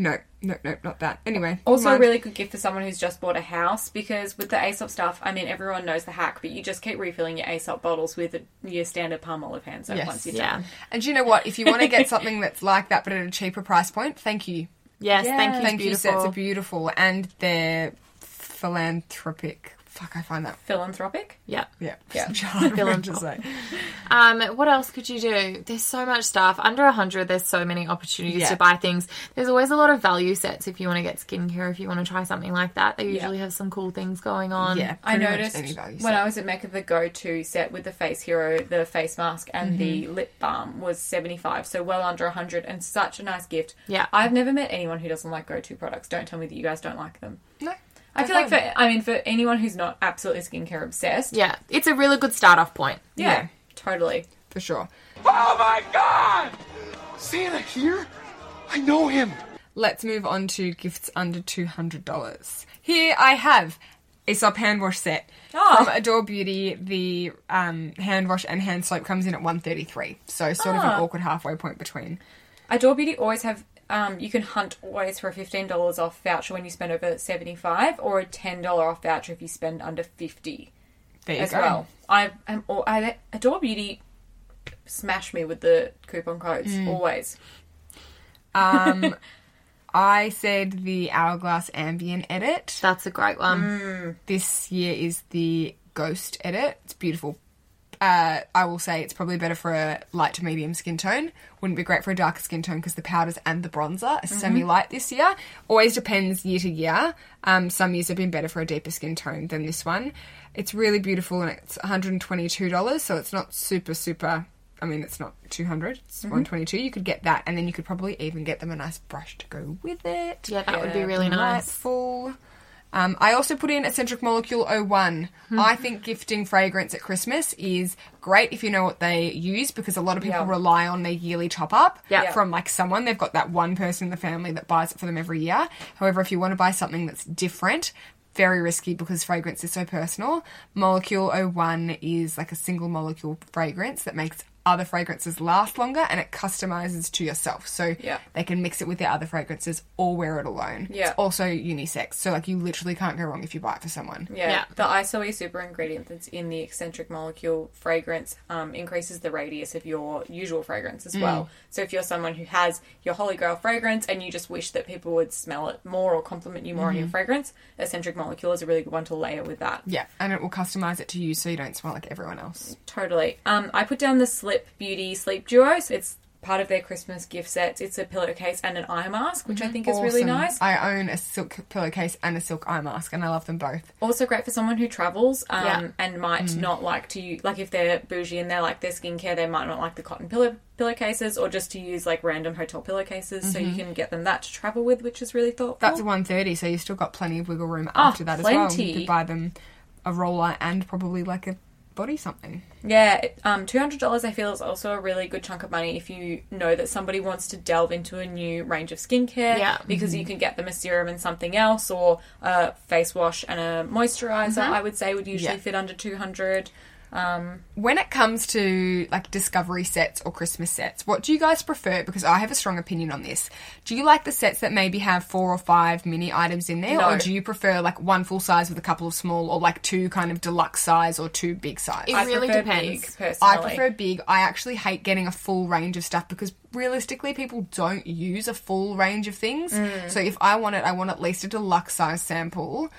Speaker 2: No, no, no, not that. Anyway,
Speaker 1: Also, a
Speaker 2: mine-
Speaker 1: really good gift for someone who's just bought a house because with the Aesop stuff, I mean, everyone knows the hack, but you just keep refilling your Aesop bottles with your standard palm olive hand soap
Speaker 2: Yes.
Speaker 1: once you're
Speaker 3: Yeah.
Speaker 1: done.
Speaker 2: And do you know what? If you want to get something that's like that but at a cheaper price point, thank you.
Speaker 3: Yes, thank you.
Speaker 2: Thank you,
Speaker 3: beautiful.
Speaker 2: sets are beautiful and they're philanthropic. Fuck, I find that.
Speaker 1: Philanthropic.
Speaker 3: Yeah.
Speaker 2: Yeah.
Speaker 1: Yeah.
Speaker 2: It's hard to say.
Speaker 3: Um, what else could you do? There's so much stuff. Under 100, there's so many opportunities
Speaker 2: Yeah.
Speaker 3: to buy things. There's always a lot of value sets if you want to get skincare, if you want to try something like that. They usually have some cool things going on.
Speaker 2: Yeah.
Speaker 1: I
Speaker 2: pretty much
Speaker 1: noticed
Speaker 2: any value
Speaker 1: when
Speaker 2: set.
Speaker 1: I was at Mecca, the go-to set with the face hero, the face mask, and the
Speaker 2: Mm-hmm.
Speaker 1: lip balm was seventy-five, so well under hundred, and such a nice gift.
Speaker 3: Yeah.
Speaker 1: I've never met anyone who doesn't like go-to products. Don't tell me that you guys don't like them.
Speaker 2: No.
Speaker 1: I feel like for I mean for anyone who's not absolutely skincare obsessed,
Speaker 3: Yeah. It's a really good start off point.
Speaker 1: yeah, totally.
Speaker 2: For sure.
Speaker 7: Oh my god! Santa here? I know him.
Speaker 2: Let's move on to gifts under $200. Here I have a soap hand wash set.
Speaker 1: Oh.
Speaker 2: From Adore Beauty, the um, hand wash and hand soap comes in at 133 So sort of an awkward halfway point between.
Speaker 1: Adore Beauty always have um, you can hunt always for a fifteen dollars off voucher when you spend over seventy five, or a ten dollar off voucher if you spend under fifty
Speaker 2: There you
Speaker 1: as
Speaker 2: go.
Speaker 1: well. I am all I Adore Beauty smash me with the coupon codes
Speaker 2: Mm.
Speaker 1: always.
Speaker 2: I said the Hourglass Ambient edit.
Speaker 3: That's a
Speaker 2: Mm,
Speaker 3: great one.
Speaker 2: This year is the Ghost edit. It's beautiful. Uh, I will say it's probably better for a light to medium skin tone. Wouldn't be great for a darker skin tone because the powders and the bronzer are
Speaker 3: Mm-hmm.
Speaker 2: semi light this year. Always depends year to year. Um, some years have been better for a deeper skin tone than this one. It's really beautiful and it's $122, so it's not super, super. I mean, it's not 200, it's
Speaker 3: Mm-hmm.
Speaker 2: 122. You could get that, and then you could probably even get them a nice brush to go with it.
Speaker 3: Yeah, that would be really nice.
Speaker 2: Delightful. Um, I also put in Eccentric Molecule 01.
Speaker 1: Hmm.
Speaker 2: I think gifting fragrance at Christmas is great if you know what they use because a lot of people
Speaker 1: Yeah.
Speaker 2: rely on their yearly top up
Speaker 3: Yeah.
Speaker 2: from like someone. They've got that one person in the family that buys it for them every year. However, if you want to buy something that's different, very risky because fragrance is so personal. Molecule 01 is like a single molecule fragrance that makes other fragrances last longer and it customizes to yourself. So
Speaker 1: Yeah.
Speaker 2: they can mix it with their other fragrances or wear it alone.
Speaker 1: Yeah.
Speaker 2: It's also unisex. So like you literally can't go wrong if you buy it for someone.
Speaker 1: Yeah.
Speaker 3: Yeah.
Speaker 1: The ISOE E super ingredient that's in the eccentric molecule fragrance um, increases the radius of your usual fragrance
Speaker 2: Mm.
Speaker 1: as well. So if you're someone who has your holy grail fragrance and you just wish that people would smell it more or compliment you more on
Speaker 2: Mm-hmm.
Speaker 1: your fragrance, eccentric molecule is a really good one to layer with that.
Speaker 2: Yeah. And it will customize it to you so you don't smell like everyone else.
Speaker 1: Totally. Um, I put down the Slip Beauty Sleep Duo. So it's part of their Christmas gift sets. It's a pillowcase and an eye mask, which I think is really
Speaker 2: Mm-hmm. Awesome.
Speaker 1: nice.
Speaker 2: I own a silk pillowcase and a silk eye mask and I love them both.
Speaker 1: also great for someone who travels um,
Speaker 3: Yeah.
Speaker 1: and might
Speaker 2: Mm.
Speaker 1: not like to use, like if they're bougie and they like their skincare, they might not like the cotton pillow pillowcases or just to use like random hotel pillowcases. So you can get them that to travel with, which is really thoughtful.
Speaker 2: Mm-hmm. That's 130, so you've still got plenty of wiggle room after that as well. You
Speaker 1: Ah, plenty.
Speaker 2: could buy them a roller and probably like a body something.
Speaker 1: Yeah, it- um, two hundred dollars I feel is also a really good chunk of money if you know that somebody wants to delve into a new range of skincare.
Speaker 3: Yeah.
Speaker 1: because
Speaker 2: Mm-hmm.
Speaker 1: you can get them a serum and something else, or a face wash and a moisturizer. I would say would usually
Speaker 2: Mm-hmm. Yeah.
Speaker 1: fit under two hundred.
Speaker 2: When it comes to like discovery sets or Christmas sets, what do you guys prefer? Because I have a strong opinion on this. Do you like the sets that maybe have four or five mini items in there,
Speaker 1: No.
Speaker 2: or do you prefer like one full size with a couple of small, or like two kind of deluxe size or two big size?
Speaker 3: It
Speaker 1: I
Speaker 3: really
Speaker 1: prefer
Speaker 3: depends.
Speaker 1: big, personally.
Speaker 2: I prefer big. I actually hate getting a full range of stuff because realistically, people don't use a full range of things.
Speaker 1: Mm.
Speaker 2: So if I want it, I want at least a deluxe size sample.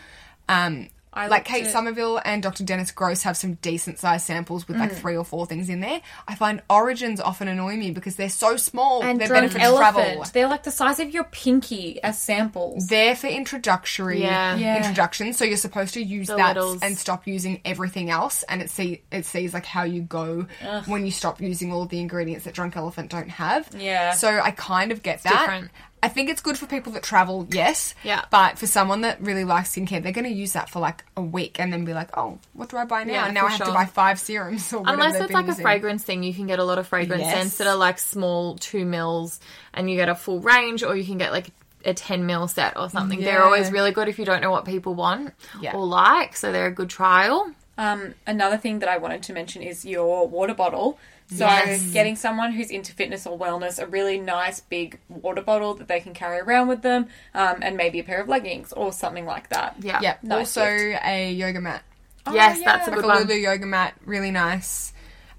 Speaker 2: Um,
Speaker 1: I
Speaker 2: like
Speaker 1: looked
Speaker 2: Kate
Speaker 1: at-
Speaker 2: Somerville and Dr. Dennis Gross have some decent sized samples with
Speaker 1: Mm.
Speaker 2: like three or four things in there. I find origins often annoy me because they're so small.
Speaker 1: And
Speaker 2: they're
Speaker 1: drunk
Speaker 2: better for travel.
Speaker 1: elephant. They're like the size of your pinky as samples.
Speaker 2: There for introductory
Speaker 3: Yeah.
Speaker 1: Yeah.
Speaker 2: introduction, so you're supposed to use that
Speaker 3: littles.
Speaker 2: and stop using everything else, and it see it sees like how you go when you stop using all the ingredients that Drunk Elephant don't have.
Speaker 1: Yeah.
Speaker 2: so I kind of get that.
Speaker 3: different.
Speaker 2: I think it's good for people that travel, yes.
Speaker 3: Yeah.
Speaker 2: But for someone that really likes skincare, they're going to use that for like a week and then be like, oh, what do I buy now?
Speaker 3: Yeah,
Speaker 2: now
Speaker 3: for
Speaker 2: I have to
Speaker 3: sure.
Speaker 2: buy five serums or whatever.
Speaker 3: Unless
Speaker 2: they've
Speaker 3: it's
Speaker 2: been
Speaker 3: like
Speaker 2: using.
Speaker 3: a fragrance thing, you can get a lot of fragrance
Speaker 2: Yes.
Speaker 3: scents that are like small two mils, and you get a full range, or you can get like a ten mil set or something. They're
Speaker 2: Yeah.
Speaker 3: always really good if you don't know what people want
Speaker 2: Yeah.
Speaker 3: or like, so they're a good trial.
Speaker 1: Um, another thing that I wanted to mention is your water bottle. So getting someone who's into fitness or wellness a really nice big water bottle that they can carry around with them, um, and maybe a pair of leggings or something like that.
Speaker 3: Yeah.
Speaker 2: Yep.
Speaker 1: Nice
Speaker 2: also a yoga mat.
Speaker 3: yes, that's
Speaker 2: Oh,
Speaker 3: a
Speaker 2: like
Speaker 3: good
Speaker 2: a
Speaker 3: one.
Speaker 2: Lulu yoga mat, really nice.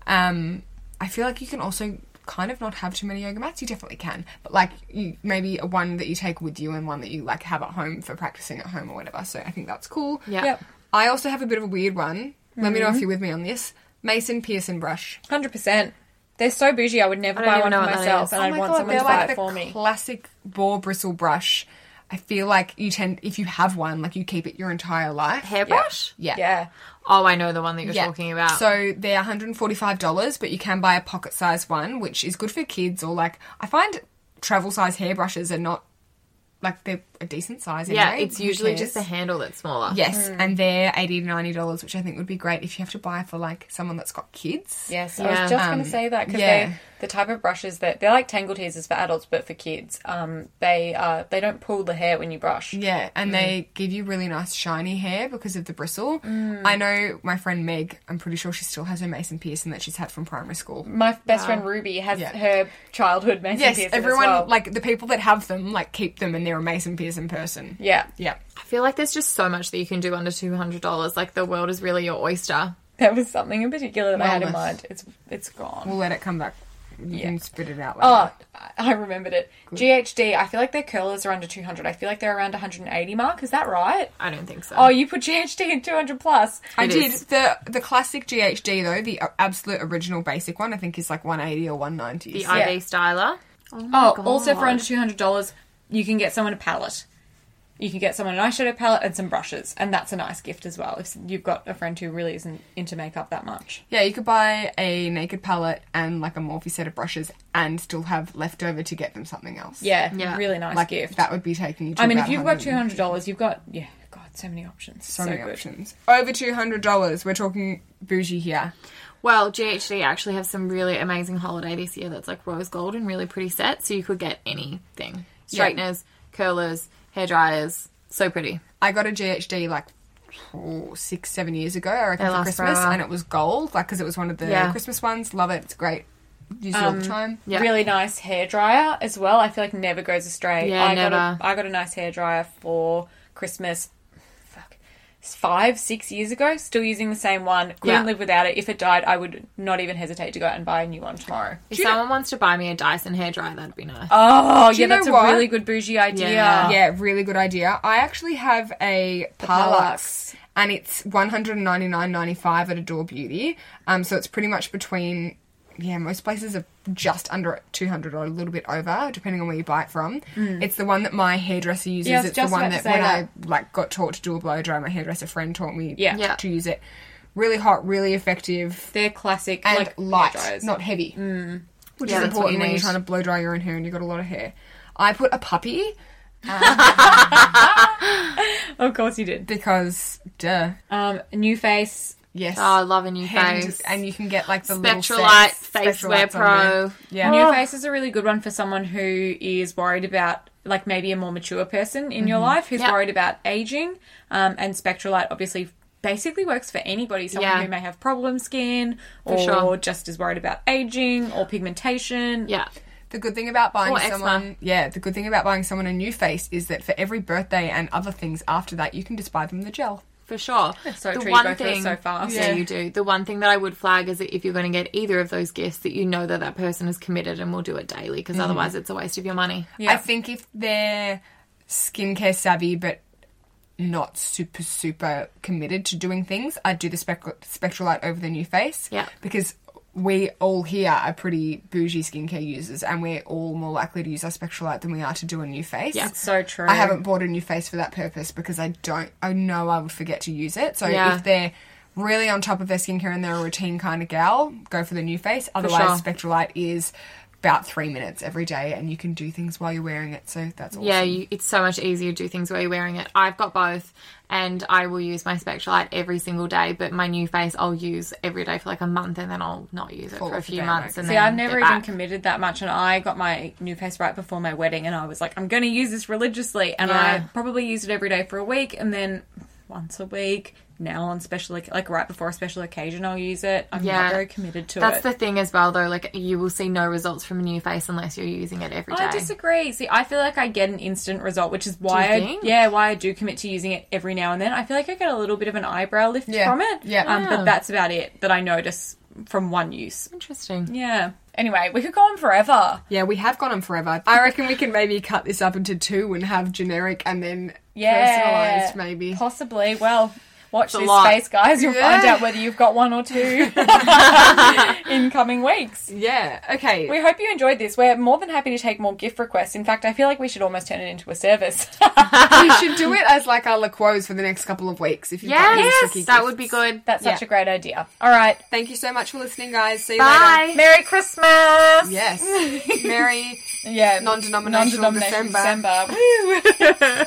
Speaker 2: Um, I feel like you can also kind of not have too many yoga mats. You definitely can, but like you, maybe a one that you take with you and one that you like have at home for practicing at home or whatever. So I think that's cool.
Speaker 3: Yeah.
Speaker 1: Yep.
Speaker 2: I also have a bit of a weird one. Let me know if you're with me on this. Mason Pearson brush.
Speaker 1: Hundred percent. They're so bougie. I would never
Speaker 3: I don't
Speaker 1: buy one
Speaker 3: even know
Speaker 1: for
Speaker 3: what that
Speaker 1: myself,
Speaker 3: is.
Speaker 1: and
Speaker 3: Oh
Speaker 1: I'd want someone
Speaker 2: they're
Speaker 1: to buy
Speaker 2: like
Speaker 1: it for
Speaker 2: the
Speaker 1: me.
Speaker 2: classic boar bristle brush. I feel like you tend if you have one, like you keep it your entire life.
Speaker 3: Hairbrush?
Speaker 2: Yeah.
Speaker 1: yeah,
Speaker 3: Oh, I know the one that you're
Speaker 2: Yeah.
Speaker 3: talking about.
Speaker 2: So they're $145, but you can buy a pocket size one, which is good for kids or like I find travel size hairbrushes are not like they're a decent size. Anyway.
Speaker 3: yeah, it's
Speaker 2: Who
Speaker 3: usually
Speaker 2: cares?
Speaker 3: just the Hmm. handle that's smaller.
Speaker 2: Yes, and they're eighty to ninety dollars, which I think would be great if you have to buy for like someone that's got kids.
Speaker 1: yes. I
Speaker 3: Yeah.
Speaker 1: was just
Speaker 2: Um,
Speaker 1: going to say that because
Speaker 2: yeah.
Speaker 1: they the type of brushes that they're like tangle teasers for adults, but for kids, um, they uh, they don't pull the hair when you brush.
Speaker 2: Yeah, and
Speaker 3: Hmm.
Speaker 2: they give you really nice shiny hair because of the bristle. I know my friend Meg. I'm pretty sure she still has her Mason Pearson that she's had from primary school.
Speaker 1: My best friend Ruby has
Speaker 2: Yeah.
Speaker 1: her childhood Mason
Speaker 2: Yes,
Speaker 1: Pearson as
Speaker 2: everyone
Speaker 1: well.
Speaker 2: like the people that have them like keep them, and they're a Mason Pearson person.
Speaker 1: yeah,
Speaker 2: Yeah.
Speaker 3: I feel like there's just so much that you can do under two hundred dollars. Like the world is really your oyster.
Speaker 1: there was something in particular that I had in
Speaker 2: Wellness.
Speaker 1: mind. It's it's gone.
Speaker 2: We'll let it come back. You can spit it out.
Speaker 1: Oh,
Speaker 2: later.
Speaker 1: I- I remembered it. GHD. I feel like their curlers are under 200. I feel like they're around 180 mark. Is that right?
Speaker 3: I don't think so.
Speaker 1: Oh, you put GHD in 200 plus.
Speaker 2: I
Speaker 3: it
Speaker 2: did
Speaker 3: is.
Speaker 2: the the classic GHD though. The absolute original basic one, I think, is like 180 or 190.
Speaker 3: the ID styler.
Speaker 1: Oh, also for under 200 dollars, you can get someone a palette. You can get someone an eyeshadow palette and some brushes, and that's a nice gift as well. If you've got a friend who really isn't into makeup that much,
Speaker 2: Yeah, you could buy a naked palette and like a Morphe set of brushes and still have leftover to get them something else.
Speaker 1: yeah,
Speaker 3: Yeah.
Speaker 1: really nice
Speaker 2: like
Speaker 1: gift.
Speaker 2: that would be taking you. To
Speaker 1: I mean, if
Speaker 2: about
Speaker 1: you've got
Speaker 2: 100
Speaker 1: 200 dollars, you've got yeah, God, so many options.
Speaker 2: so many
Speaker 1: good.
Speaker 2: options, over two hundred dollars. We're talking bougie here.
Speaker 3: Well, GHD actually have some really amazing holiday this year that's like rose gold and really pretty sets, so you could get anything. Straighteners, curlers, hair dryers. So pretty.
Speaker 2: I got a GHD like oh, six, seven years ago. I reckon
Speaker 3: They
Speaker 2: for
Speaker 3: last
Speaker 2: Christmas,
Speaker 3: forever.
Speaker 2: and it was gold, like because it was one of the
Speaker 3: Yeah.
Speaker 2: Christmas ones. Love it. It's great. Use it all the time.
Speaker 3: Yeah.
Speaker 1: Really nice hair dryer as well. I feel like never goes astray.
Speaker 3: Yeah,
Speaker 1: I
Speaker 3: never.
Speaker 1: Got a, I got a nice hair dryer for Christmas. Fuck, five six years ago. Still using the same one. Couldn't
Speaker 3: Yeah.
Speaker 1: live without it. If it died, I would not even hesitate to go out and buy a new one tomorrow.
Speaker 3: If someone wants to buy me a Dyson hairdryer, that'd be nice.
Speaker 1: Oh yeah,
Speaker 2: know
Speaker 1: that's a
Speaker 2: what?
Speaker 1: really good bougie idea.
Speaker 3: Yeah.
Speaker 2: Yeah, really good idea. I actually have a Parlux,
Speaker 1: Parlux.
Speaker 2: and it's one hundred ninety nine ninety five at Adore Beauty. Um, so it's pretty much between. Yeah, most places are just under two hundred or a little bit over, depending on where you buy it from. It's the one that my hairdresser uses.
Speaker 1: Mm. Yeah, I was
Speaker 2: it's the
Speaker 1: just
Speaker 2: one
Speaker 1: about to
Speaker 2: that
Speaker 1: say
Speaker 2: when
Speaker 1: that.
Speaker 2: I like got taught to do a blow dry, my hairdresser friend taught me
Speaker 1: Yeah.
Speaker 3: Yeah.
Speaker 2: to use it. Really hot, really effective,
Speaker 1: They're classic
Speaker 2: and
Speaker 1: like
Speaker 2: light,
Speaker 1: hair dryers.
Speaker 2: not heavy. Mm. Which
Speaker 3: Yeah,
Speaker 2: is
Speaker 3: that's what you
Speaker 2: important when you're
Speaker 3: need.
Speaker 2: trying to blow dry your own hair and you've got a lot of hair. I put a puppy
Speaker 1: of course you did.
Speaker 2: because duh.
Speaker 1: Um, new face.
Speaker 2: Yes.
Speaker 3: Oh, I love a new
Speaker 2: and,
Speaker 3: face.
Speaker 2: and you can get like the
Speaker 3: Spectralite
Speaker 2: little
Speaker 3: Face Wear
Speaker 2: Spectralite's on there.
Speaker 3: Pro.
Speaker 2: Yeah.
Speaker 3: Oh.
Speaker 1: New face is a really good one for someone who is worried about, like, maybe a more mature person in your life who's
Speaker 3: Yeah.
Speaker 1: worried about aging. Um, and Spectralite obviously basically works for anybody someone
Speaker 3: Yeah.
Speaker 1: who may have problem skin or
Speaker 3: sure.
Speaker 1: just is worried about aging or pigmentation.
Speaker 3: yeah.
Speaker 2: The good thing about buying
Speaker 3: Or eczema.
Speaker 2: someone, yeah, the good thing about buying someone a new face is that for every birthday and other things after that, you can just buy them the gel.
Speaker 3: For sure.
Speaker 1: so true, you go through it so fast.
Speaker 3: Yeah.
Speaker 1: Yeah.
Speaker 3: you do. The one thing that I would flag is that if you're going to get either of those gifts, that you know that that person is committed and will do it daily, because
Speaker 1: Mm.
Speaker 3: otherwise it's a waste of your money.
Speaker 2: I think if they're skincare savvy but not super super committed to doing things, I'd do the spectral spectralite over the new face.
Speaker 3: Yeah.
Speaker 2: because we all here are pretty bougie skincare users, and we're all more likely to use our spectralite than we are to do a new face.
Speaker 3: Yeah.
Speaker 1: It's so true.
Speaker 2: I haven't bought a new face for that purpose because I don't. I know I would forget to use it. So
Speaker 3: Yeah.
Speaker 2: if they're really on top of their skincare and they're a routine kind of gal, go for the new face. Otherwise, Spectralite is about three minutes every day, and you can do things while you're wearing it. So that's awesome.
Speaker 3: Yeah, you, it's so much easier to do things while you're wearing it. I've got both, and I will use my Spectralite every single day, but my new face I'll use every day for like a month, and then I'll not use it
Speaker 2: Fall
Speaker 3: for a
Speaker 2: off the
Speaker 3: few
Speaker 2: bandwagon.
Speaker 3: months. And
Speaker 1: See,
Speaker 3: then
Speaker 1: I've never
Speaker 3: get
Speaker 1: even
Speaker 3: back.
Speaker 1: committed that much, and I got my new face right before my wedding, and I was like, I'm going to use this religiously, and I
Speaker 3: Yeah.
Speaker 1: probably used it every day for a week, and then once a week. Now on special, oc- like right before a special occasion, I'll use it. I'm
Speaker 3: Yeah.
Speaker 1: not very committed to
Speaker 3: That's
Speaker 1: it.
Speaker 3: the thing as well, though. Like you will see no results from a new face unless you're using it every day.
Speaker 1: I disagree. See, I feel like I get an instant result, which is why,
Speaker 3: you
Speaker 1: I,
Speaker 3: think?
Speaker 1: yeah, why I do commit to using it every now and then. I feel like I get a little bit of an eyebrow lift
Speaker 2: Yeah.
Speaker 1: from it,
Speaker 2: Yeah.
Speaker 1: Um, but that's about it that I notice from one use.
Speaker 3: Interesting.
Speaker 1: Yeah. Anyway, we could go on forever.
Speaker 2: Yeah, we have gone on forever. I reckon we can maybe cut this up into two and have generic and then
Speaker 1: Yeah,
Speaker 2: personalized, maybe.
Speaker 1: possibly. Well, Watch
Speaker 3: a
Speaker 1: this
Speaker 3: lot.
Speaker 1: space, guys. You'll
Speaker 2: Yeah.
Speaker 1: find out whether you've got one or two (laughs) in coming weeks.
Speaker 2: Yeah. Okay.
Speaker 1: We hope you enjoyed this. We're more than happy to take more gift requests. In fact, I feel like we should almost turn it into a service. (laughs)
Speaker 2: we should do it as like our liqueurs for the next couple of weeks. If you've got any
Speaker 3: Yes,
Speaker 2: tricky
Speaker 3: that
Speaker 2: gifts.
Speaker 3: would be good.
Speaker 1: That's such a great idea. All right.
Speaker 2: Thank you so much for listening, guys. See you
Speaker 3: Bye.
Speaker 1: Merry Christmas.
Speaker 2: later.
Speaker 3: (laughs)
Speaker 2: Yes. Merry.
Speaker 1: Yeah.
Speaker 2: Non-denominational December.
Speaker 1: December.